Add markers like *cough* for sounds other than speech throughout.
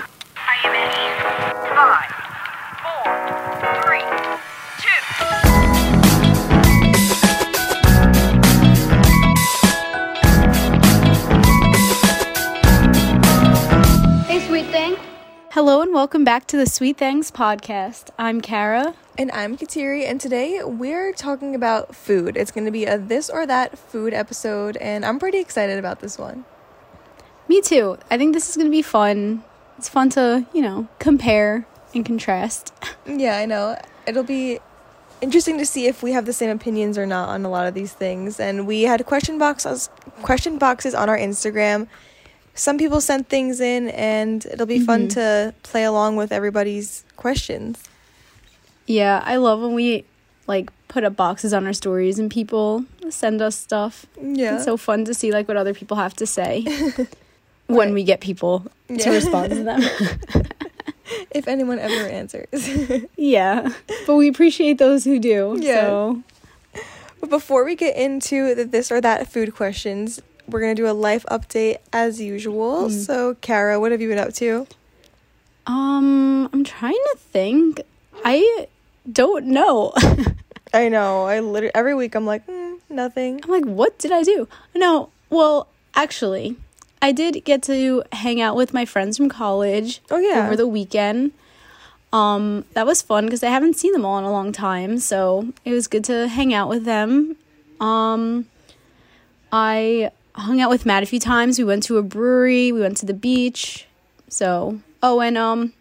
*laughs* Hello and welcome back to the Sweet Things podcast. I'm Kara. And I'm Kateri, and today we're talking about food. It's going to be a this or that food episode, and I'm pretty excited about this one. Me too. I think this is going to be fun. It's fun to, you know, compare and contrast. Yeah, I know. It'll be interesting to see if we have the same opinions or not on a lot of these things. And we had question boxes, question boxes on our Instagram. Some people sent things in, and it'll be fun to play along with everybody's questions. Yeah, I love when we like put up boxes on our stories and people send us stuff. Yeah. It's so fun to see like what other people have to *laughs* say when Right. we get people to Yeah. respond to them. *laughs* if anyone ever answers. yeah. But we appreciate those who do. Yeah. So But before we get into the this or that food questions, we're gonna do a life update as usual. Mm. So, Kara, what have you been up to? um I'm trying to think. I don't know. *laughs* I know. I literally every week I'm like mm, nothing. I'm like, what did I do? No, well, actually, I did get to hang out with my friends from college Oh yeah. over the weekend. Um, that was fun because I haven't seen them all in a long time, so it was good to hang out with them. Um, I hung out with Matt a few times. We went to a brewery. We went to the beach. So, oh, and um,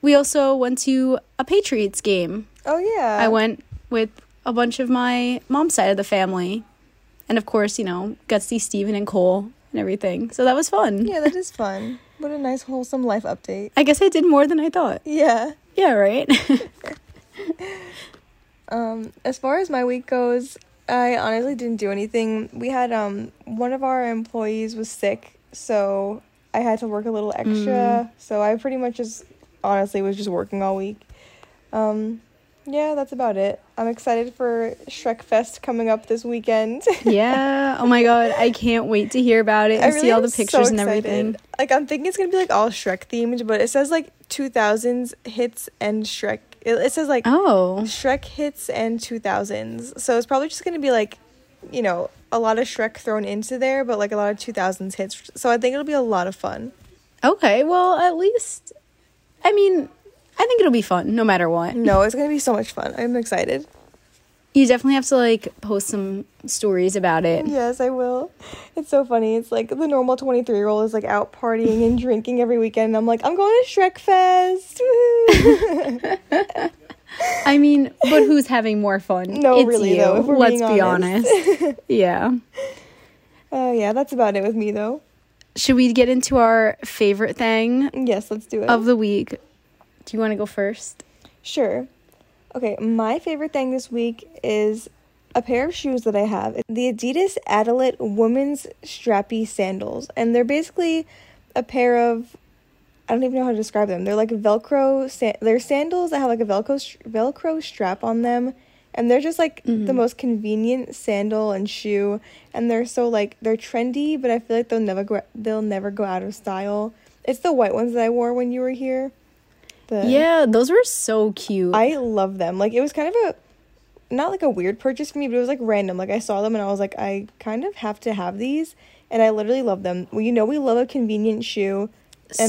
we also went to a Patriots game. oh yeah. I went with a bunch of my mom's side of the family. And of course, you know, got to see Steven and Cole and everything. So that was fun. Yeah, that is fun. What a nice wholesome life update. I guess I did more than I thought. Yeah. Yeah, right? Um, as far as my week goes, I honestly didn't do anything. We had um one of our employees was sick, so I had to work a little Mm. extra. So I pretty much just honestly was just working all week. Um, yeah, that's about it. I'm excited for Shrek Fest coming up this weekend. *laughs* *laughs* yeah. Oh my God. I can't wait to hear about it and see all am the so pictures and excited. everything. Like I'm thinking it's gonna be like all Shrek themed, but it says like 2000s hits and Shrek. It, it says like Oh. Shrek hits and 2000s. So it's probably just going to be like, you know, a lot of Shrek thrown into there, but like a lot of 2000s hits. So I think it'll be a lot of *laughs* fun. Okay. Well, at least, I mean, I think it'll be fun no matter what. No, it's going to be so much fun. I'm excited. You definitely have to like post some stories about *laughs* it. *laughs* Yes, I will. It's so funny. It's like the normal 23 year old is like out partying and drinking every weekend. And I'm like, I'm going to Shrek Fest. *laughs* Woohoo. I mean, but who's having more fun? No, really, though, if we're Let's being be honest. *laughs* honest. yeah. Oh, yeah, that's about it with me though. Should we get into our favorite thing Yes, let's do it. of the week? Do you want to go first? Sure. Okay, my favorite thing this week is a pair of shoes that I have. The Adidas Adalid women's strappy sandals. And they're basically a pair of I don't even know how to describe them. They're like Velcro sa- they're sandals that have like a Velcro str- Velcro strap on them. And they're just like the most convenient sandal and shoe, and they're so like they're trendy, but I feel like they'll never go they'll never go out of style. It's the white ones that I wore when you were here. The- Yeah, those were so cute. I love them. Like it was kind of a not like a weird purchase for me, but it was like random. Like I saw them and I was like, I kind of have to have these, and I literally love them. Well, you know, we love a convenient shoe, and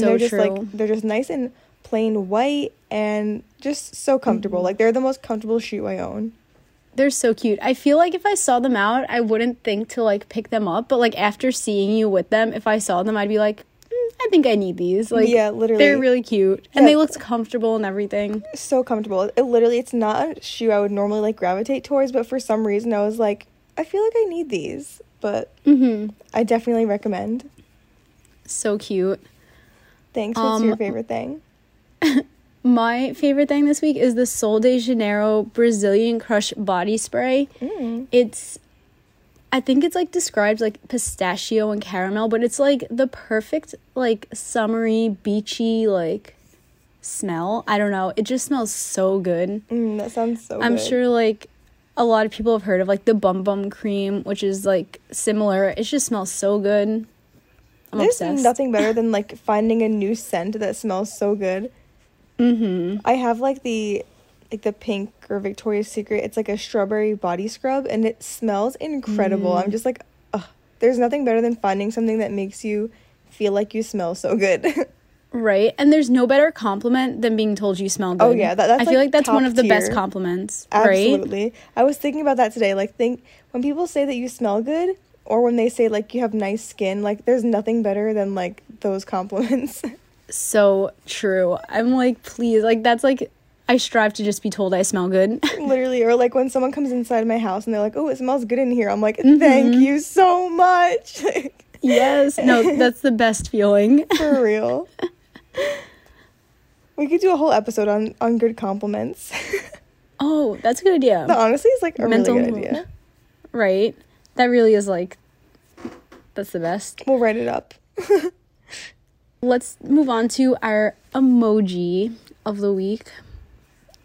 So they're just true. like they're just nice and plain white and just so Mm-hmm. comfortable. Like they're the most comfortable shoe I own. They're so cute. I feel like if I saw them out, I wouldn't think to like pick them up, but like after seeing you with them, if I saw them, I'd be like, "Mm, I think I need these. Like, Yeah, literally. they're really cute, and they Yeah. looked comfortable and everything. So comfortable. It literally, it's not a shoe I would normally like gravitate towards, but for some reason I was like, I feel like I need these, but Mm-hmm. I definitely recommend. So cute. Thanks. What's Um, your favorite thing? My favorite thing this week is the Sol de Janeiro Brazilian Crush body spray. Mm. It's I think it's like described like pistachio and caramel, but it's like the perfect like summery, beachy like smell. I don't know. It just smells so good. Mm, that sounds so. I'm good. sure like a lot of people have heard of like the bum bum cream, which is like similar. It just smells so good. I'm There's obsessed. nothing better than like finding a new scent that smells so good. Mm-hmm. I have like the like the pink or Victoria's Secret. It's like a strawberry body scrub, and it smells incredible. Mm. I'm just like, Ugh. there's nothing better than finding something that makes you feel like you smell so good. *laughs* Right. And there's no better compliment than being told you smell good. Oh, yeah, that- that's, I feel like, like that's one top of the best tier. compliments. Right? Absolutely. I was thinking about that today. Like think when people say that you smell good or when they say like you have nice skin, like there's nothing better than like those compliments. *laughs* So true. I'm like, please, like that's like I strive to just be told I smell good. *laughs* Literally, or like when someone comes inside my house and they're like, "Oh, it smells good in here." I'm like, "Thank you so much." *laughs* yes. No, that's the best feeling. For real. we could do a whole episode on on good compliments. *laughs* Oh, that's a good idea. that honestly is like a really good health. idea. Right. That really is like that's the best. We'll write it up. Let's move on to our emoji of the week.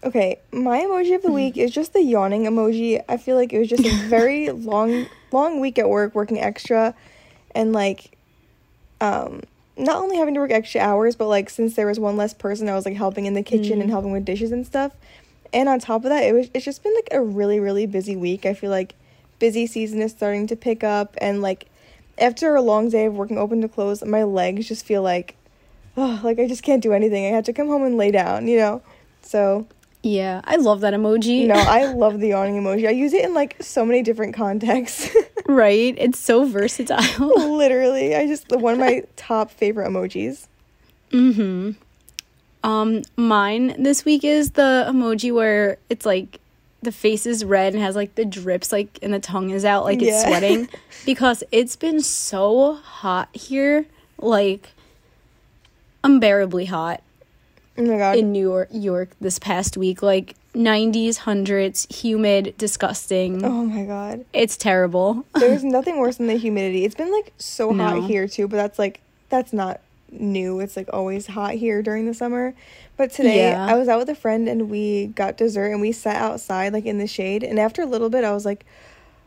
Okay, my emoji of the week is just the yawning emoji. I feel like it was just a very long long week at work working extra and like um not only having to work extra hours, but like since there was one less person, I was like helping in the kitchen and helping with dishes and stuff. And on top of that, it was it's just been like a really really busy week. I feel like busy season is starting to pick up and like after a long day of working open to close, my legs just feel like oh, like I just can't do anything. I had to come home and lay down, you know. So Yeah, I love that emoji. *laughs* no, I love the yawning emoji. I use it in like so many different contexts. *laughs* right? It's so versatile. Literally, I just one of my top favorite emojis. um mine this week is the emoji where it's like the face is red and has like the drips like and the tongue is out like it's Yeah. *laughs* sweating because it's been so hot here like unbearably hot Oh my god. in New York, York this past week. Like 90s, 100s, humid, disgusting. oh my god. It's terrible. There's nothing worse than the humidity. It's been like so No. hot here too, but that's like that's not new. It's like always hot here during the summer. But today Yeah. I was out with a friend and we got dessert and we sat outside like in the shade and after a little bit I was like,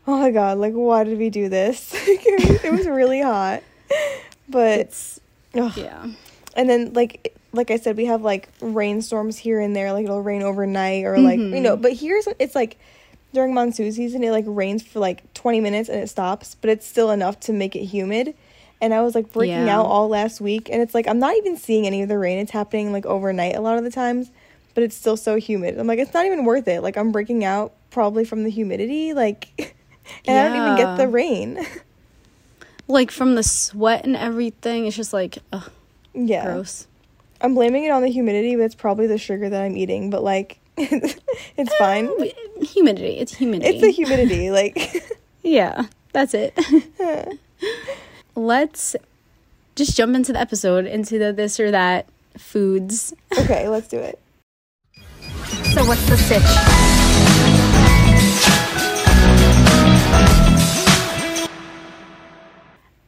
"Oh my god, like why did we do this?" *laughs* Like, it, was, it was really hot. But It's ugh. yeah. and then like like I said, we have like rainstorms here and there. Like it'll rain overnight or like you Mm-hmm. know. But here's it's like during monsoon season, it like rains for like twenty minutes and it stops, but it's still enough to make it humid. And I was like freaking Yeah. out all last week, and it's like I'm not even seeing any of the rain. It's happening like overnight a lot of the times, but it's still so humid. I'm like it's not even worth it. Like I'm breaking out probably from the humidity. Like. *laughs* And I don't even Yeah. get the rain. *laughs* Like from the sweat and everything, it's just like ugh, yeah. gross. I'm blaming it on the humidity, but it's probably the sugar that I'm eating. But like, *laughs* it's Oh, fine. Humidity. It's humidity. It's the humidity. Like, *laughs* yeah, that's it. *laughs* Let's just jump into the episode, into the this or that foods. okay, let's do it. So what's the sitch?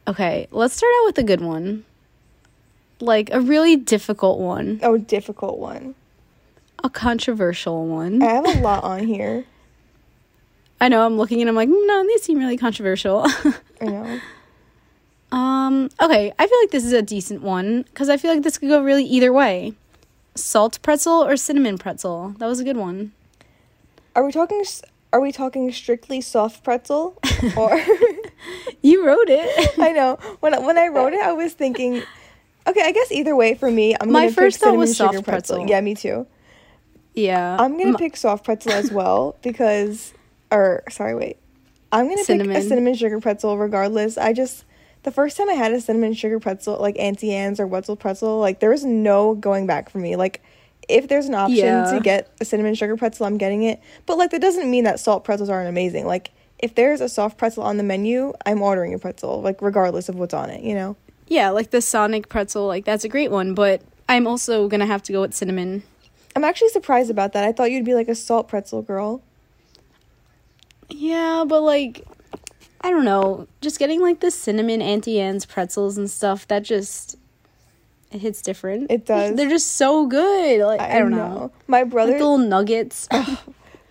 Okay, let's start out with a good one. Like a really difficult one, Oh, difficult one. a controversial one. I have a lot on here. I know I'm looking and I'm like, "Mm, no, these seem really controversial. *laughs* I know. um, okay, I feel like this is a decent one because I feel like this could go really either way. Salt pretzel or cinnamon pretzel? That was a good one. Are we talking? s- Are we talking strictly *laughs* soft pretzel? Or *laughs* You wrote it. I know when I- when I wrote it, I was thinking, okay, I guess either way for me, I'm My gonna pick first thought was cinnamon sugar soft pretzel. Yeah, me too. *laughs* yeah. I'm gonna M- pick soft pretzel as well because, or sorry, wait, I'm gonna pick Cinnamon. a cinnamon sugar pretzel regardless. I just the first time I had a cinnamon sugar pretzel, like Auntie Anne's or Wetzel pretzel, like there was no going back for me. Like if there's an option Yeah. to get a cinnamon sugar pretzel, I'm getting it. But like that doesn't mean that salt pretzels aren't amazing. Like if there's a soft pretzel on the menu, I'm ordering a pretzel, like regardless of what's on it. You know? yeah, like the Sonic pretzel, like that's a great one, but I'm also gonna have to go with cinnamon. I'm actually surprised about that. I thought you'd be like a salt pretzel girl. Yeah, but like I don't know. Just getting like the cinnamon Auntie Anne's pretzels and stuff, that just it hits different. It does. They're just so good. Like I, don't know. My brother Like the little *sighs* nuggets.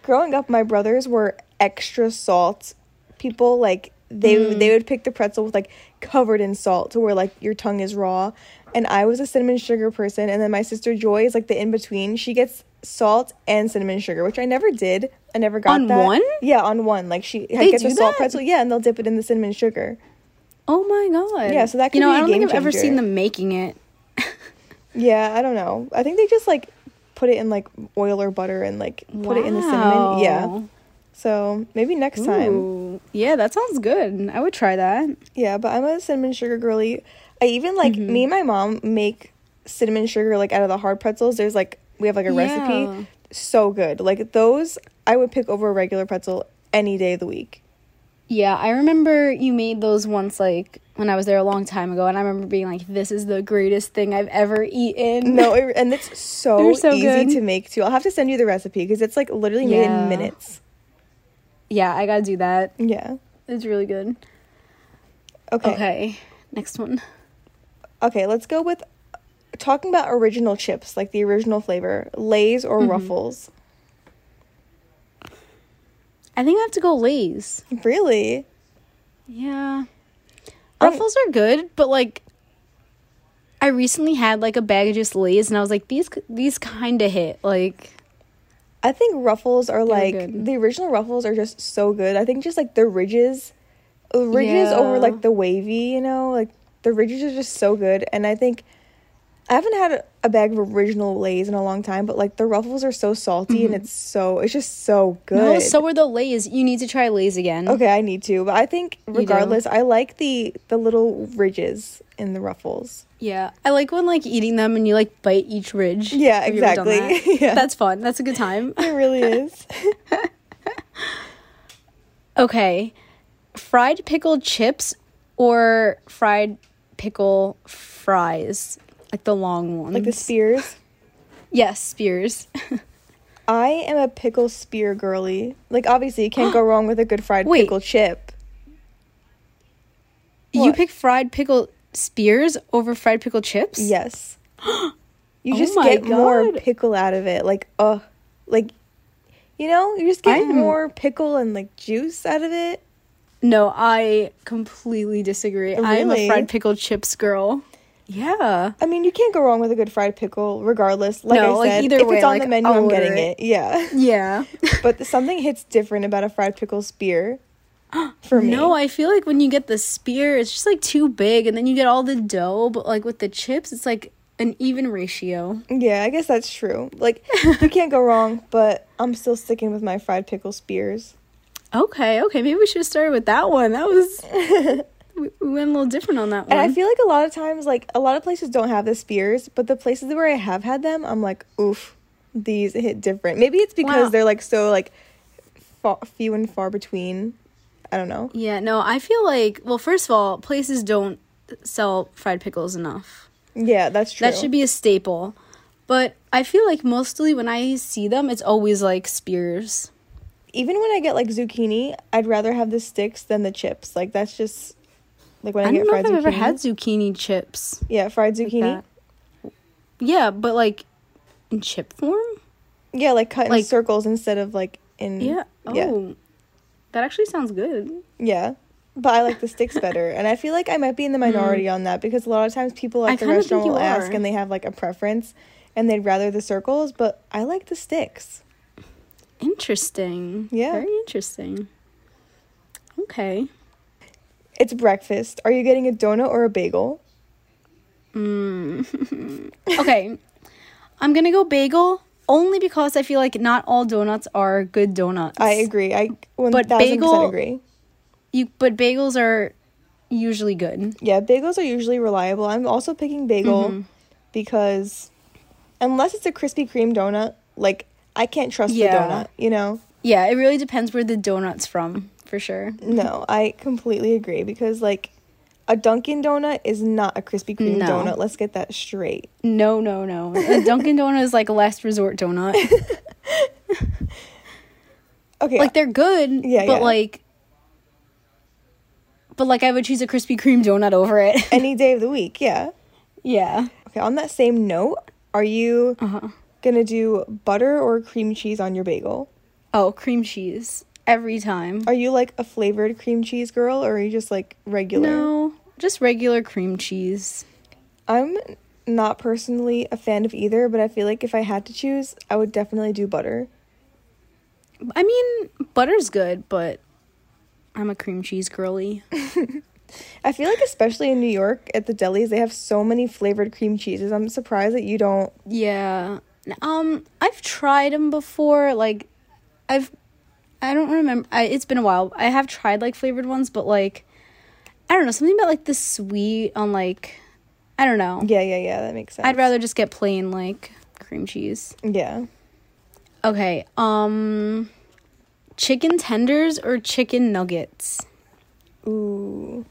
growing up my brothers were extra salt people like they Mm. they would pick the pretzel with like covered in salt to where like your tongue is raw and i was a cinnamon sugar person and then my sister joy is like the in between she gets salt and cinnamon sugar which i never did i never got On that. one? yeah on one like she They gets the do salt that? pretzel yeah and they'll dip it in the cinnamon sugar oh my god. Yeah, so that could You know, I be a don't think I've game ever changer. seen them making it. Yeah, I don't know. I think they just like put it in like oil or butter and like put it in the cinnamon. Yeah. Wow. So maybe next time. Ooh. Yeah, that sounds good. I would try that. Yeah, but I'm a cinnamon sugar girly. I even like Mm-hmm. me and my mom make cinnamon sugar like out of the hard pretzels. There's like we have like a Yeah. recipe. So good. Like those I would pick over a regular pretzel any day of the week. Yeah, I remember you made those once, like when I was there a long time ago, and I remember being like, "This is the greatest thing I've ever eaten." *laughs* No, it, and it's so, They're so easy good. to make too. I'll have to send you the recipe because it's like literally made Yeah. in minutes. Yeah, I gotta do that. Yeah. It's really good. Okay. okay. Okay, next one. let's go with talking about original chips, like the original flavor, Lay's or Mm-hmm. Ruffles. I think I have to go Lay's. Really? Yeah. I'm- Ruffles are good, but like I recently had like a bag of just Lay's and I was like these these kind of hit. Like I think ruffles are like good. the original ruffles are just so good. I think just like the ridges, the ridges Yeah. over like the wavy, you know, like the ridges are just so good. And I think I haven't had a, a bag of original Lay's in a long time, but like the ruffles are so salty and it's so it's just so good. Mm-hmm. no, "Oh, so are the Lay's. You need to try Lay's again. okay, I need to, but I think do. regardless, I like the the little ridges in the ruffles. Yeah. I like when like eating them and you like bite each ridge. Yeah, Have you ever done exactly. that? Yeah. That's fun. That's a good time. It *laughs* really is. Okay. Fried pickled chips or fried pickle fries? Like the long ones. like the spears. Yes, spears. *laughs* I am a pickle spear girly. Like obviously *gasps* you can't go wrong with a good fried Wait. pickle chip. You What? pick fried pickle spears over fried pickle chips? Yes. *gasps* You Oh just my get more God. pickle out of it. Like uh like you know, you just get I'm- more pickle and like juice out of it. No, I completely disagree. I'm Really? a fried pickle chips girl. Yeah. I mean, you can't go wrong with a good fried pickle regardless. Like No, I like, said, either if way, it's on like, the menu, I'll I'm order getting it. it. Yeah. *laughs* Yeah. but something hits different about a fried *gasps* pickle spear for me. No, I feel like when you get the spear, it's just like too big and then you get all the dough, but like with the chips, it's like an even ratio. Yeah, I guess that's true. Like you can't go wrong, but I'm still sticking with my fried pickle spears. Okay, okay. Maybe we should have started with that one. That *laughs* was. we we went a little different on that one. And I feel like a lot of times, like a lot of places don't have the spears, but the places where I have had them, I'm like, oof, these hit different. Maybe it's because Wow. they're like so like fa few and far between. I don't know. yeah, no, I feel like, well, first of all, places don't sell fried pickles enough. Yeah, that's true. That should be a staple. But I feel like mostly when I see them, it's always like spears. Even when I get like zucchini, I'd rather have the sticks than the chips. Like that's just like when I, I get don't know fried if I've zucchini. ever had zucchini chips. yeah, fried zucchini. that. Yeah, but like in chip form? Yeah, like cut in Like- circles instead of like in. Yeah. Oh. Mm. yeah, That actually sounds good. yeah. But I like the *laughs* sticks better, and I feel like I might be in the minority on that because a lot of times people Hmm. I at the kinda restaurant think will you ask are. and they have like a preference, and they'd rather the circles, but I like the sticks. Interesting. Yeah. Very interesting. Okay. It's breakfast. Are you getting a donut or a bagel? Okay. *laughs* I'm going to go bagel only because I feel like not all donuts are good donuts. I agree. I one But thousand bagel- percent agree. You but bagels are usually good. Yeah, bagels are usually reliable. I'm also picking bagel Mm-hmm. because unless it's a Krispy Kreme donut, like I can't trust Yeah. the donut. You know. Yeah, it really depends where the donut's from, for sure. No, I completely agree because like a Dunkin' Donut is not a Krispy Kreme No. donut. Let's get that straight. No, no, *laughs* no. A Dunkin' Donut is like a last resort donut. Okay, Like they're good, Yeah, but yeah. like but like I would choose a Krispy Kreme donut over it. *laughs* any day of the week, yeah. yeah. Okay, on that same note, are you Uh-huh. gonna do butter or cream cheese on your bagel? Oh, cream cheese every time. Are you like a flavored cream cheese girl or are you just like regular? No, just regular cream cheese. I'm not personally a fan of either, but I feel like if I had to choose, I would definitely do butter. I mean, butter's good, but I'm a cream cheese girly. I feel like especially in New York at the delis they have so many flavored cream cheeses. I'm surprised that you don't. Yeah. Um, I've tried them before. Like, I've, I don't remember. I, it's been a while. I have tried like flavored ones, but like, I don't know. Something about like the sweet on like, I don't know. Yeah, yeah, yeah. That makes sense. I'd rather just get plain like cream cheese. Yeah. Okay. Um, chicken tenders or chicken nuggets? Ooh.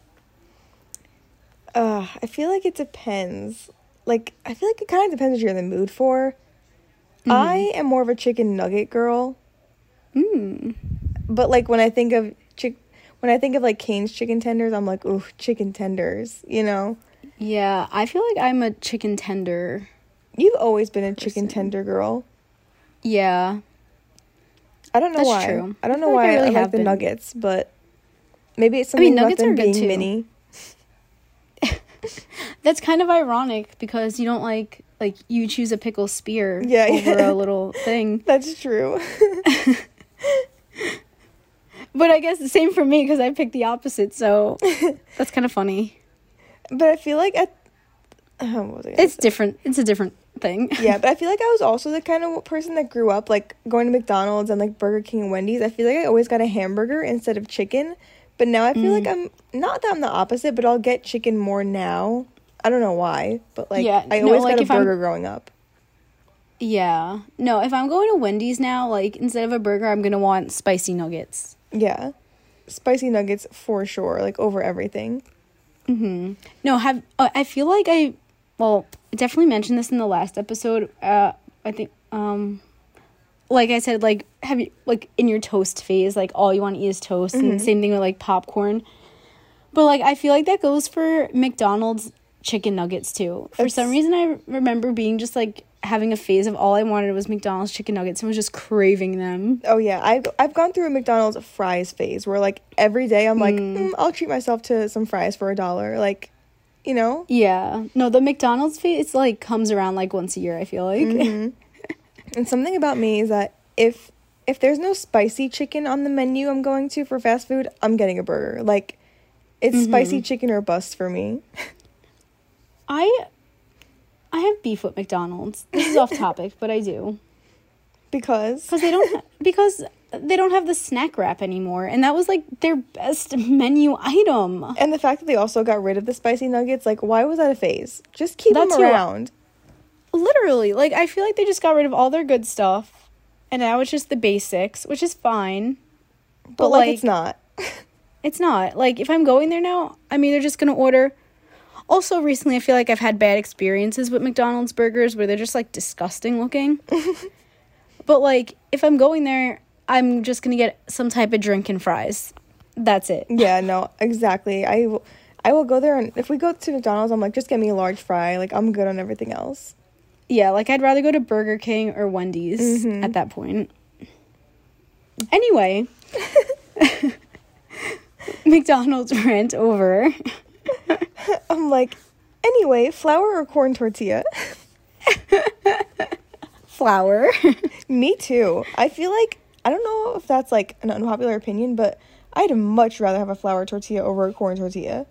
Uh, I feel like it depends. Like I feel like it kind of depends what you're in the mood for. I am more of a chicken nugget girl, Mm-hmm. Mm. but like when I think of chick, when I think of like Cane's chicken tenders, I'm like, ooh, chicken tenders. You know, Yeah, I feel like I'm a chicken tender. you've always been a chicken tender girl. Yeah. I don't know That's why. true. I don't I know feel like I why I, really like have the been. nuggets, but maybe it's I mean, something nuggets about are them good being too. mini. *laughs* That's kind of ironic because you don't like like you choose a pickle spear Yeah, over yeah. *laughs* a little thing. That's true. *laughs* But I guess the same for me because I picked the opposite, so *laughs* that's kind of funny. but I feel like at oh, what was I gonna It's different. It's a different thing. *laughs* say? yeah, but I feel like I was also the kind of person that grew up like going to McDonald's and like Burger King and Wendy's. I feel like I always got a hamburger instead of chicken. But now I feel like Mm. I'm not that I'm the opposite, but I'll get chicken more now. I don't know why, but like Yeah, I no, always like, got a if I'm- burger growing up. Yeah. No, if I'm going to Wendy's now, like instead of a burger, I'm gonna want spicy nuggets. Yeah, spicy nuggets for sure, like over everything. Mm-hmm. No, have uh, I feel like I well I definitely mentioned this in the last episode. Uh, I think um, like I said, like have you like in your toast phase, like all you want to eat is toast, and same thing with like popcorn. But like I feel like that goes for McDonald's chicken nuggets too. For some It's- reason, I remember being just like having a phase of all I wanted was McDonald's chicken nuggets and was just craving them. Oh yeah, I've I've gone through a McDonald's fries phase where like every day I'm like, mm, I'll treat myself to some fries for a dollar, like, you know. Yeah, no, the McDonald's phase like comes around like once a year. I feel like. And something about me is that if if there's no spicy chicken on the menu I'm going to for fast food, I'm getting a burger. Like, it's Mm-hmm. spicy chicken or bust for me. *laughs* I I have beef with McDonald's. This is off topic, but I do Because because they don't because they don't have the snack wrap anymore, and that was like their best menu item. and the fact that they also got rid of the spicy nuggets, like, why was that a phase? Just keep That's them your- around. Literally, like I feel like they just got rid of all their good stuff, and now it's just the basics, which is fine. But, like, like- it's not. *laughs* It's not like if I'm going there now, I'm either just gonna order. Also, recently, I feel like I've had bad experiences with McDonald's burgers where they're just like disgusting looking. but like, if I'm going there, I'm just gonna get some type of drink and fries. That's it. Yeah, no, exactly. I will, I will go there, and if we go to McDonald's, I'm like, just get me a large fry. Like, I'm good on everything else. Yeah, like I'd rather go to Burger King or Wendy's at that point. Anyway, *laughs* McDonald's rant over. I'm like, anyway, flour or corn tortilla? *laughs* Flour. *laughs* me too. I feel like I don't know if that's like an unpopular opinion, but I'd much rather have a flour tortilla over a corn tortilla.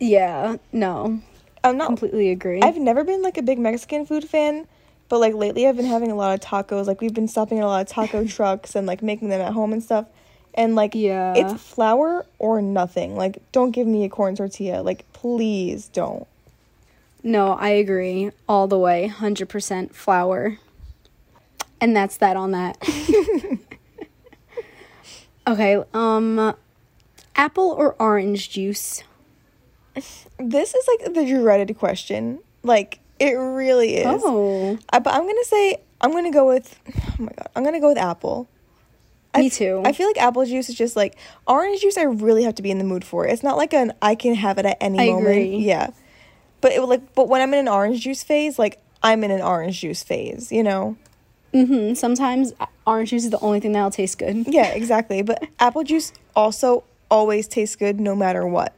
yeah, no, I'm not. completely agree. I've never been like a big Mexican food fan, but like lately I've been having a lot of tacos. Like we've been stopping at a lot of taco trucks and like making them at home and stuff. And like Yeah. it's flour or nothing. Like don't give me a corn tortilla. Like please don't. No, I agree all the way. 100% flour. And that's that on that. *laughs* okay, um apple or orange juice? This is like the dreaded question. Like it really is. Oh, I, but I'm gonna say I'm gonna go with *sighs* oh my god I'm gonna go with apple. me I, too. I feel like apple juice is just like orange juice. I really have to be in the mood for it. It's not like an I can have it at any I moment. agree. Yeah, but it like but when I'm in an orange juice phase, like I'm in an orange juice phase. You know. mhm. Sometimes uh, orange juice is the only thing that'll taste good. *laughs* Yeah, exactly. But apple juice also always tastes good no matter what.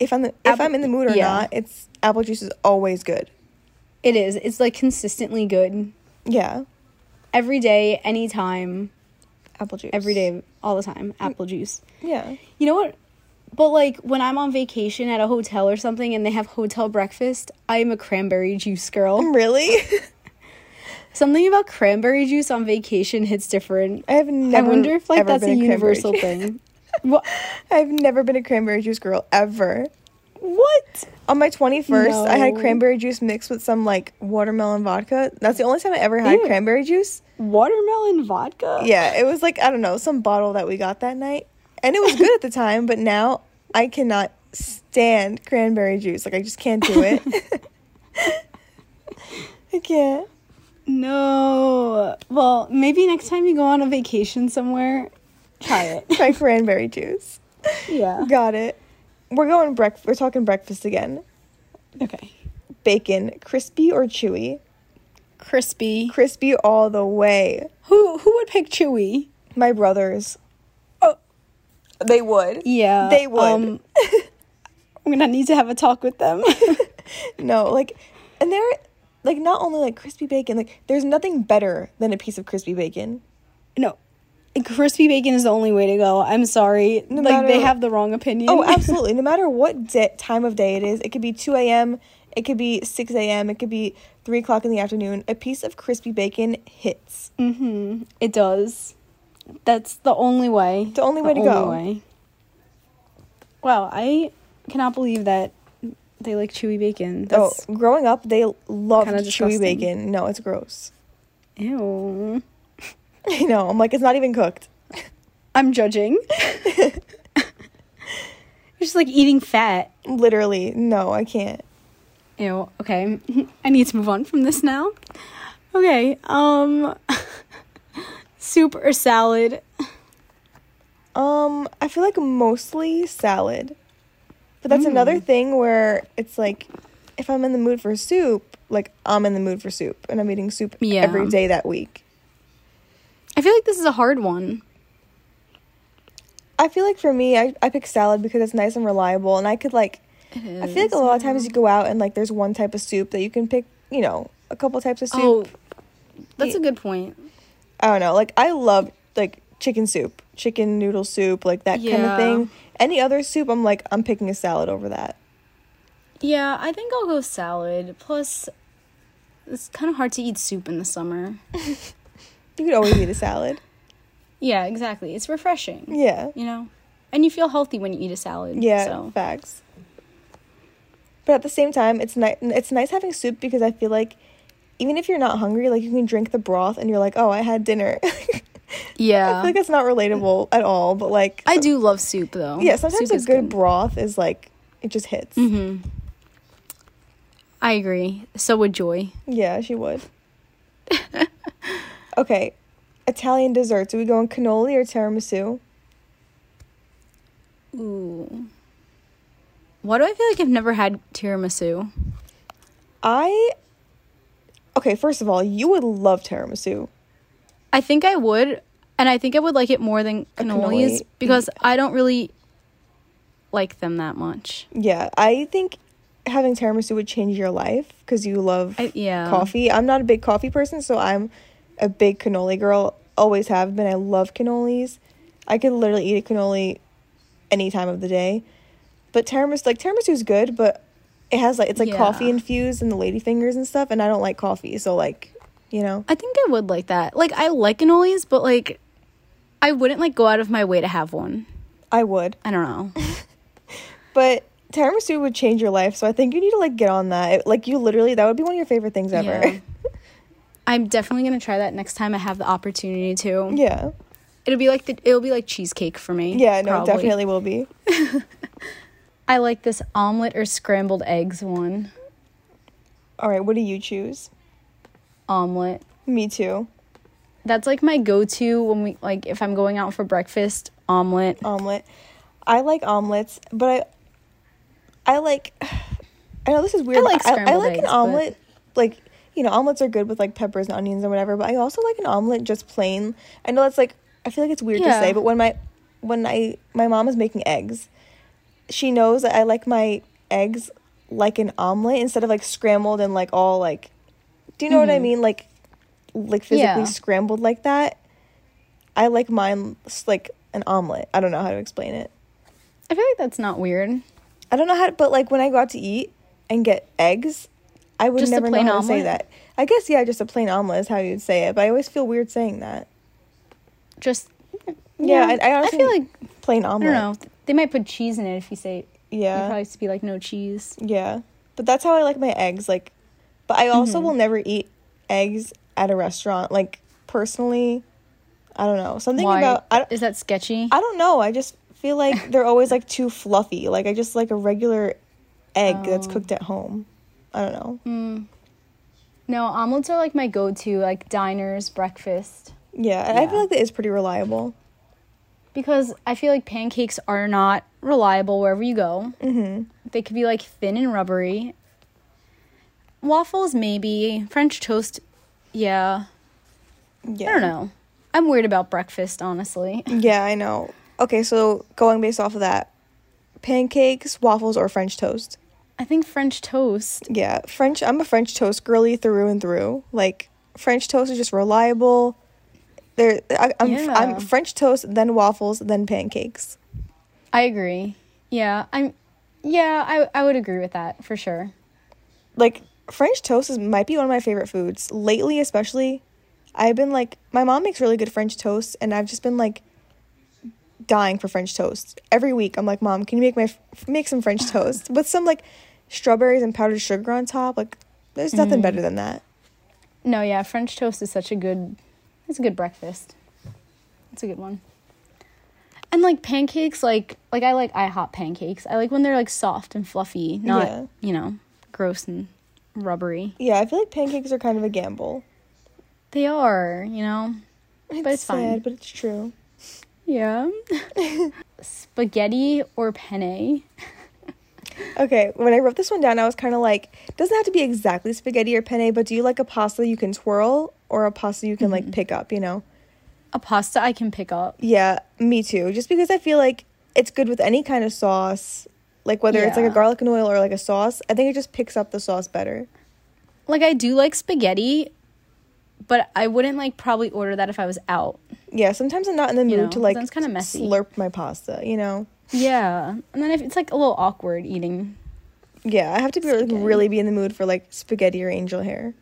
If I'm the, if Apple- I'm in the mood or yeah. not, it's apple juice is always good. It is. It's like consistently good. Yeah, Every day, anytime, apple juice every day, all the time, apple juice. Yeah. You know what? But like when I'm on vacation at a hotel or something and they have hotel breakfast, I'm a cranberry juice girl. Really? *laughs* Something about cranberry juice on vacation hits different. I have never. I wonder if like ever that's a, been cranberry universal juice- thing. what? *laughs* I've never been a cranberry juice girl ever. *laughs* What? On my 21st, I had No. cranberry juice mixed with some like watermelon vodka. That's the only time I ever had Ew. cranberry juice. Watermelon vodka? Yeah, it was like, I don't know, some bottle that we got that night. And it was good at the time, but now I cannot stand cranberry juice. Like, I just can't do it. *laughs* I can't. No. Well, maybe next time you go on a vacation somewhere, try *laughs* it. Try cranberry juice. yeah. Got it. We're going breakfast. We're talking breakfast again. Okay. Bacon, crispy or chewy? Crispy. Crispy all the way. Who who would pick chewy? My brothers. Oh. They would. Yeah. They would. um, *laughs* I'm gonna need to have a talk with them. *laughs* no, like, and they're like not only like crispy bacon. Like, there's nothing better than a piece of crispy bacon. no. Crispy bacon is the only way to go. I'm sorry. like matter- they have the wrong opinion. *laughs* Oh, absolutely. No matter what di- time of day it is, it could be 2 a.m., it could be 6 a.m., it could be 3 o'clock in the afternoon. A piece of crispy bacon hits. Mm-hmm. it does. That's the only way. The only way to go. way. Wow, I cannot believe that they like chewy bacon. That's oh, growing up, they loved Kinda chewy disgusting. bacon. No, it's gross. *laughs* ew. I know. I'm like, it's not even cooked. I'm judging. *laughs* You're just like eating fat. Literally, no, I can't. Ew. Okay. *laughs* I need to move on from this now. Okay. Um *laughs* soup or salad? Um, I feel like mostly salad. But Hmm. that's another thing where it's like if I'm in the mood for soup, like I'm in the mood for soup and I'm eating soup Yeah. every day that week. I feel like this is a hard one. I feel like for me, I, I pick salad because it's nice and reliable and I could like It I feel like a lot of times you go out and like there's one type of soup that you can pick, you know, a couple types of soup. Oh. That's a good point. I don't know. Like I love like chicken soup, chicken noodle soup, like that kind of Yeah. thing. Any other soup, I'm like I'm picking a salad over that. Yeah, I think I'll go salad. Plus it's kind of hard to eat soup in the summer. You could always eat a *laughs* salad. Yeah, exactly. It's refreshing, Yeah. you know. And you feel healthy when you eat a salad. Yeah, So. facts. But at the same time, it's nice. It's nice having soup because I feel like even if you're not hungry, like you can drink the broth and you're like, oh, I had dinner. *laughs* I Yeah. feel like that's not relatable at all. But like, I do love soup though. yeah, sometimes Soup a is Mm. good, broth is like it just hits. I agree. So would Joy. Yeah, *laughs* she would. okay, Italian desserts. Are we going cannoli or tiramisu? Ooh. Why do I feel like I've never had tiramisu? I. Okay, first of all, you would love tiramisu. I think I would, and I think I would like it more than cannoli. cannolis because I don't really like them that much. Yeah, I think having tiramisu would change your life because you love I- yeah. coffee. I'm not a big coffee person, so I'm a big cannoli girl. Always have been. I love cannolis. I could literally eat a cannoli any time of the day. But tiramisu, like tiramisu, is good, but it has like it's like Yeah. coffee infused and the ladyfingers and stuff, and I don't like coffee, so like you know, I think I would like that. Like I like cannolis, but like I wouldn't like go out of my way to have one. I would. I don't know. But tiramisu would change your life, so I think you need to like get on that. It- like you literally, that would be one of your favorite things ever. Yeah. I'm definitely gonna try that next time I have the opportunity to. *laughs* yeah. It'll be like the it'll be like cheesecake for me. Yeah, no, it probably. definitely will be. I like this omelet or scrambled eggs one. All right, what do you choose? Omelet. Me too. That's like my go-to when we like if I'm going out for breakfast, omelet. Omelet. I like omelets, but I I like *sighs* I know this is weird. I but like I, scrambled like an eggs, but- omelet like you know, omelets are good with like peppers and onions and whatever, but I also like an omelet just plain. I know that's like I feel like it's weird to Yeah. say, but when my when I my mom is making eggs, she knows that I like my eggs like an omelet instead of like scrambled and like all like do you know what I mean? Like like physically Mm-hmm. Yeah. scrambled like that. I like mine s- like an omelet. I don't know how to explain it. I feel like that's not weird. I don't know how, to, but like when I go out to eat and get eggs, I would Just a never know plain how to say omelet? that. I guess yeah, just a plain omelet is how you'd say it. But I always feel weird saying that. Just Yeah, I, I I honestly feel like plain I omelet. don't know. They might put cheese in it if you say it Yeah, probably has to be like no cheese. yeah. But that's how I like my eggs. Like, but I also Mm-hmm. will never eat eggs at a restaurant. Like personally, I don't know something Why about. I don't, is that sketchy? I don't know. I just feel like they're always like too fluffy. Like I just like a regular egg Oh. that's cooked at home. I don't know. Mm. no, omelets are like my go-to, like diners, breakfast. Yeah, and I feel like that is pretty reliable. because I feel like pancakes are not reliable wherever you go. Mm-hmm. They could be like thin and rubbery. Waffles, maybe. French toast, yeah. Yeah. I don't know. I'm worried about breakfast, honestly. Yeah, I know. Okay, so going based off of that, pancakes, waffles, or French toast. I think French toast. Yeah, French. I'm a French toast girly through and through. Like French toast is just reliable. There, I, I'm Yeah. I'm French toast, then waffles, then pancakes. I agree. Yeah, I'm. Yeah, I I would agree with that for sure. Like French toast is might be one of my favorite foods lately, especially. I've been like my mom makes really good French toast, and I've just been like dying for French toast every week. I'm like, mom, can you make my f- make some French *laughs* toast with some like strawberries and powdered sugar on top? Like, there's nothing better than that. No, yeah, French toast is such a good it's a good breakfast. It's a good one. And like pancakes, like like I like IHOP pancakes. I like when they're like soft and fluffy, not Yeah. you know, gross and rubbery. Yeah, I feel like pancakes are kind of a gamble. They are, you know. It's, it's fine. sad, but it's true. Yeah. *laughs* Spaghetti or penne. Okay, when I wrote this one down, I was kind of like, it doesn't have to be exactly spaghetti or penne, but do you like a pasta you can twirl or a pasta you can like pick up? You know. A pasta I can pick up. Yeah, me too. Just because I feel like it's good with any kind of sauce, like whether it's like a Yeah. garlic and oil or like a sauce, I think it just picks up the sauce better. Like I do like spaghetti, but I wouldn't like probably order that if I was out. Yeah, sometimes I'm not in the mood You know, to like sounds kinda messy. slurp my pasta, you know? Yeah. And then if it's like a little awkward eating Yeah, I have to be like, Spaghetti. really be in the mood for like spaghetti or angel hair.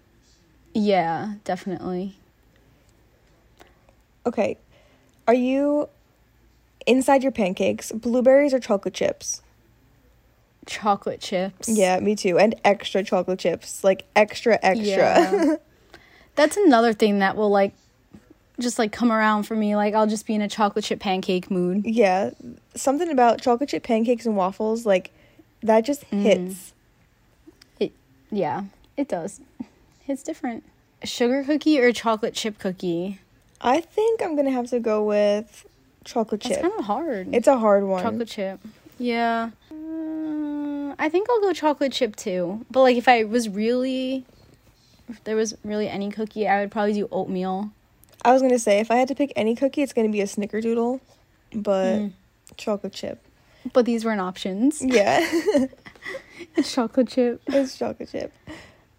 Yeah, definitely. Okay, are you inside your pancakes, blueberries or chocolate chips? Chocolate chips. Yeah, me too. And extra chocolate chips, like extra, extra. Yeah. *laughs* That's another thing that will like just like come around for me. Like I'll just be in a chocolate chip pancake mood. Yeah, something about chocolate chip pancakes and waffles, like that just Mm. hits. It yeah, it does. It's different. Sugar cookie or chocolate chip cookie? I think I'm gonna have to go with chocolate chip. It's kind of hard. it's a hard one. chocolate chip. Yeah. Uh, I think I'll go chocolate chip too. But like if I was really if there was really any cookie, I would probably do oatmeal. I was gonna say if I had to pick any cookie, it's gonna be a snickerdoodle, but Mm. chocolate chip. But these weren't options. Yeah, *laughs* It's chocolate chip. *laughs* it's chocolate chip.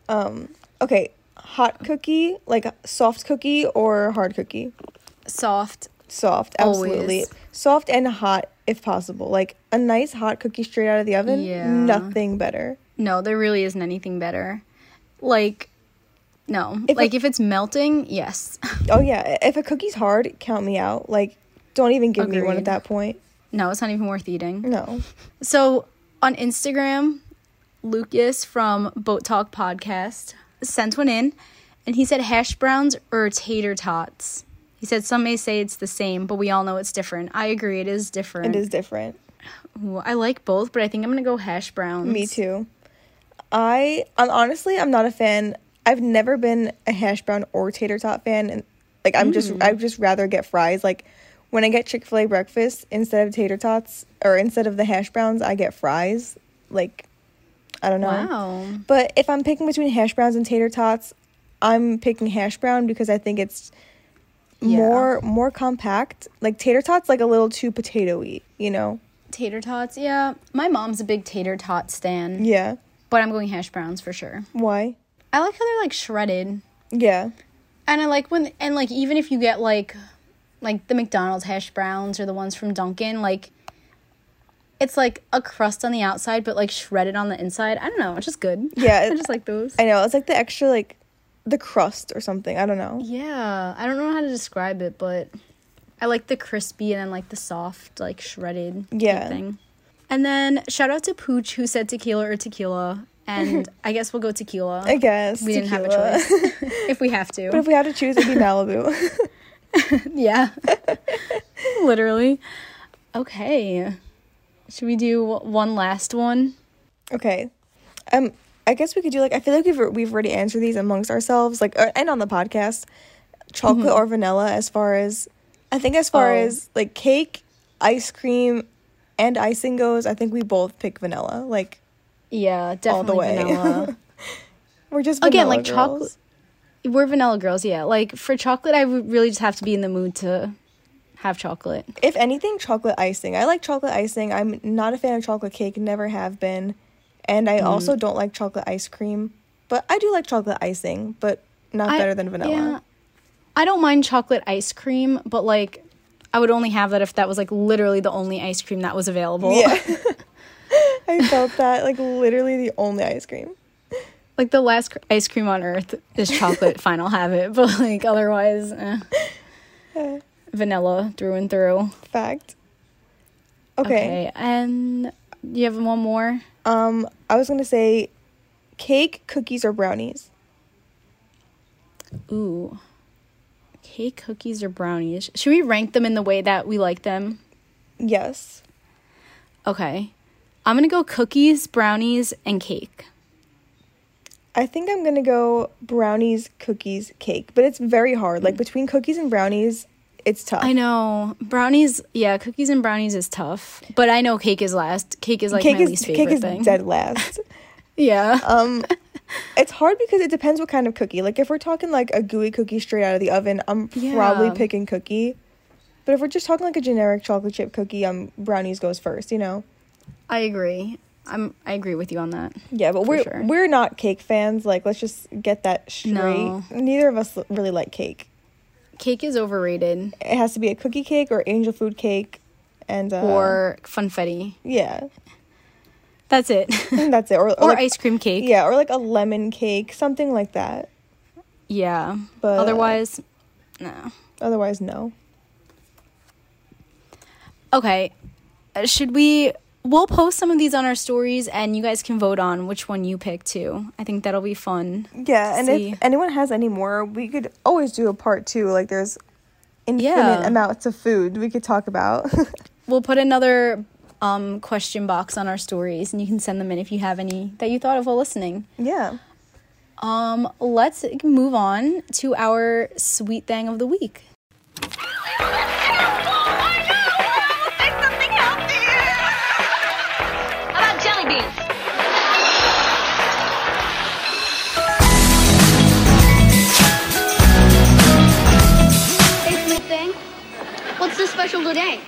Um, okay, hot cookie, like soft cookie or hard cookie. Soft. Soft, absolutely. Always. Soft and hot if possible. Like a nice hot cookie straight out of the oven, Yeah. nothing better. No, there really isn't anything better. Like, no. If like, it- if it's melting, yes. *laughs* Oh yeah, if a cookie's hard, count me out. Like, don't even give me one at Agreed. that point. no, it's not even worth eating. No. So, on Instagram, Lucas from Boat Talk Podcast sent one in, and he said hash browns or tater tots. He said some may say it's the same, but we all know it's different. I agree, it is different. It is different. Ooh, I like both, but I think I'm gonna go hash browns. Me too. I I'm honestly I'm not a fan. I've never been a hash brown or tater tot fan and like I'm just Mm. I would just rather get fries. Like when I get Chick-fil-A breakfast instead of tater tots or instead of the hash browns, I get fries. Like I don't know. Wow. But if I'm picking between hash browns and tater tots, I'm picking hash brown because I think it's Yeah. more more compact. Like tater tots, like a little too potatoy. You know? Tater tots, yeah. My mom's a big tater tot stan, Yeah. but I'm going hash browns for sure. Why? I like how they're like shredded. Yeah. And I like when and like even if you get like like the McDonald's hash browns or the ones from Dunkin', like it's like a crust on the outside, but like shredded on the inside. I don't know. It's just good. Yeah, *laughs* I just like those. I know. It's like the extra like the crust or something. I don't know. yeah, I don't know how to describe it, but I like the crispy and then like the soft, like shredded type Yeah. thing. And then shout out to Pooch who said tequila or tequila, *laughs* and I guess we'll go tequila. I guess we didn't have a tequila. choice *laughs* if we have to. but if we had to choose, it'd be Malibu. *laughs* yeah, *laughs* literally. Okay, should we do one last one? okay. Um, I guess we could do like I feel like we've we've already answered these amongst ourselves, like uh, and on the podcast, chocolate or vanilla. As far as I think, as far Mm-hmm. Oh. as like cake, ice cream, and icing goes, I think we both pick vanilla. Like Yeah, definitely All the way. vanilla. *laughs* we're *laughs* just Again, vanilla like chocolate- girls. We're vanilla girls, yeah. Like for chocolate, I would really just have to be in the mood to have chocolate. If anything, chocolate icing. I like chocolate icing. I'm not a fan of chocolate cake, never have been. And I also don't like chocolate ice cream. But I do like chocolate icing, but not I- better than vanilla. I don't mind chocolate ice cream, but like I would only have that if that was like literally the only ice cream that was available. *laughs* Yeah. I felt that like literally the only ice cream. like the last cr- ice cream on earth is *laughs* chocolate. fine, I'll have it, but like otherwise, eh. *laughs* vanilla through and through. Fact. Okay. and you have one more. Um I was going to say cake, cookies or brownies. Ooh, cake, cookies, or brownies. Should we rank them in the way that we like them? Yes. Okay. I'm going to go cookies, brownies, and cake. I think I'm going to go brownies, cookies, cake, but it's very hard. Like between cookies and brownies, it's tough. I know. Brownies, yeah, cookies and brownies is tough. But I know cake is last. Cake is like cake my is least favorite cake is thing. dead last. Yeah. *laughs* Um, it's hard because it depends what kind of cookie. Like if we're talking like a gooey cookie straight out of the oven, I'm probably Yeah. picking cookie. But if we're just talking like a generic chocolate chip cookie, um, brownies goes first. You know. I agree. I'm I agree with you on that. Yeah, but we're sure. we're not cake fans. Like let's just get that straight. No. Neither of us l- really like cake. Cake is overrated It has to be a cookie cake or angel food cake, and uh, or funfetti. yeah, That's it. *laughs* and that's it. Or or like- ice cream cake. Yeah, or like a lemon cake, something like that. Yeah. But- Otherwise, no. Otherwise, no. Okay. Uh, Should we we'll post some of these on our stories and you guys can vote on which one you pick too. I think that'll be fun. Yeah, and See. if anyone has any more, we could always do a part two. Like there's infinite Yeah. amounts of food we could talk about. *laughs* We'll put another um, question box on our stories, and you can send them in if you have any that you thought of while listening. yeah. Um, let's move on to our sweet thing of the week. Oh Make something healthy. How about jelly beans? Hey, sweet thing. What's so special today?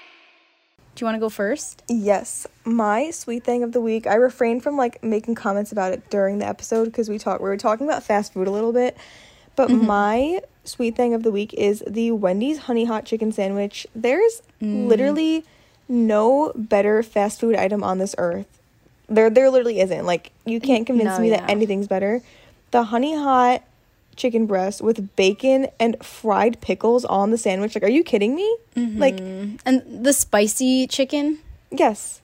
Do you want to go first? Yes, my sweet thing of the week. I refrained from like making comments about it during the episode because we talked. We were talking about fast food a little bit, but Mm-hmm. my sweet thing of the week is the Wendy's honey hot chicken sandwich. There's Mm. literally no better fast food item on this earth. There, there literally isn't. Like you can't convince no, me yeah. that anything's better. The honey hot chicken breast with bacon and fried pickles on the sandwich. Like, are you kidding me? Mm-hmm. Like, And the spicy chicken. yes.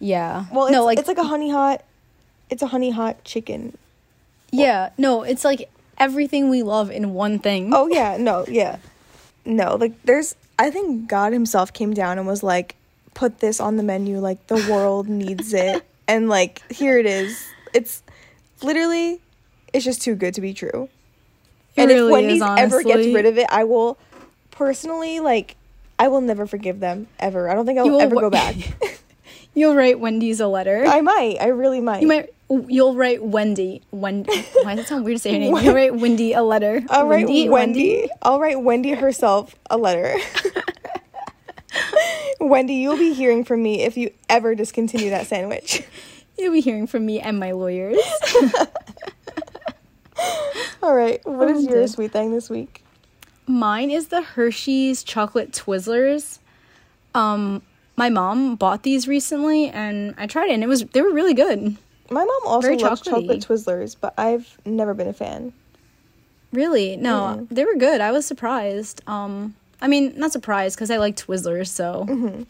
Yeah. Well, it's, no, like, it's like a honey hot. It's a honey hot chicken. yeah, no, it's like everything we love in one thing. Oh yeah, no, yeah, no. Like there's, I think God Himself came down and was like, put this on the menu. Like the *laughs* world needs it, and like here it is. It's literally, it's just too good to be true. It and really if is, Wendy's ever gets honestly. rid of it, I will personally like, I will never forgive them ever. I don't think You I'll will ever wa- *laughs* go back. You'll write Wendy's a letter. I might. I really might. you might. You'll write Wendy. Wendy. Why does it sound weird to say her name? You'll write Wendy a letter. I'll write Wendy. I'll write Wendy herself a *laughs* letter. Wendy, you'll be hearing from me if you ever discontinue that sandwich. You'll be hearing from me and my lawyers. *laughs* All right, what is your dear. sweet thing this week? Mine is the Hershey's chocolate Twizzlers. Um, my mom bought these recently, and I tried it, and it was they were really good. My mom also Very loves chocolate chocolatey. Twizzlers, but I've never been a fan. Really, no, they were good. I was surprised. Um, I mean, not surprised because I like Twizzlers, so.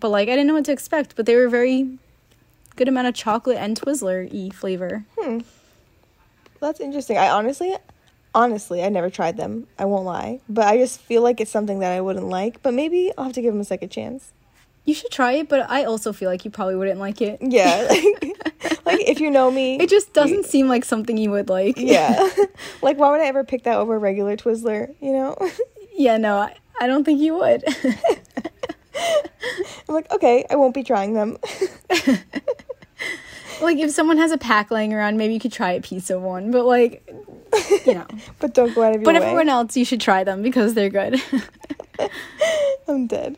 But like, I didn't know what to expect. But they were very good amount of chocolate and Twizzler y flavor. That's interesting. I honestly, honestly, I never tried them. I won't lie, but I just feel like it's something that I wouldn't like. But maybe I'll have to give them a second chance. You should try it, but I also feel like you probably wouldn't like it. Yeah, *laughs* like, like if you know me, It just doesn't seem like something you would like. yeah. *laughs* like why would I ever pick that over a regular Twizzler? You know, Yeah, no, I, I don't think you would. *laughs* I'm like okay, I won't be trying them. *laughs* like, if someone has a pack laying around, maybe you could try a piece of one, but like, you know. but don't go out of your But way. everyone else, you should try them because they're good. I'm dead.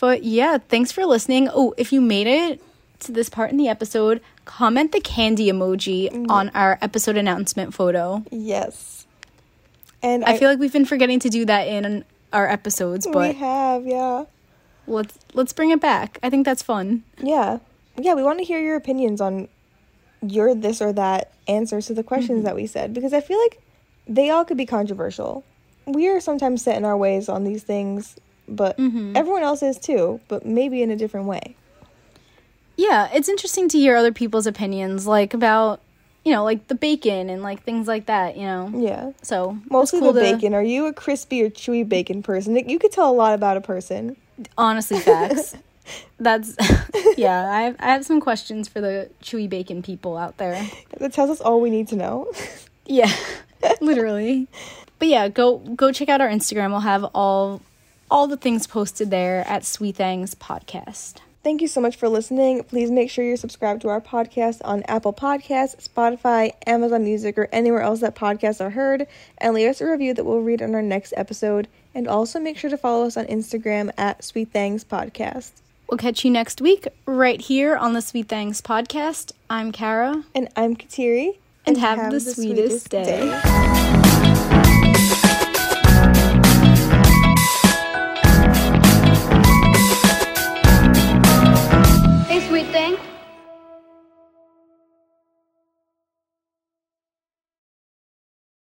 But yeah, thanks for listening. Oh, if you made it to this part in the episode, comment the candy emoji Mm. on our episode announcement photo. Yes. And I feel like we've been forgetting to do that in our episodes, but we have yeah. let's let's bring it back. I think that's fun. Yeah. Yeah, we want to hear your opinions on your this or that answers to the questions Mm-hmm. that we said because I feel like they all could be controversial. We are sometimes set in our ways on these things, but Mm-hmm. everyone else is too, but maybe in a different way. Yeah, it's interesting to hear other people's opinions like about, you know, like the bacon and like things like that, you know. Yeah. So, it's Mostly cool the to- bacon. Are you a crispy or chewy bacon person? You could tell a lot about a person. *laughs* honestly facts. That's *laughs* yeah, I have, I have some questions for the chewy bacon people out there. That tells us all we need to know. *laughs* Yeah, literally. But yeah, go go check out our Instagram. We'll have all all the things posted there at Sweet Things Podcast. Thank you so much for listening. Please make sure you're subscribed to our podcast on Apple Podcasts, Spotify, Amazon Music, or anywhere else that podcasts are heard, and leave us a review that we'll read on our next episode. And also make sure to follow us on Instagram at Sweet Things Podcast. We'll catch you next week right here on the Sweet Things Podcast. I'm Kara, And I'm Kateri. and, have, the, sweetest, day. It's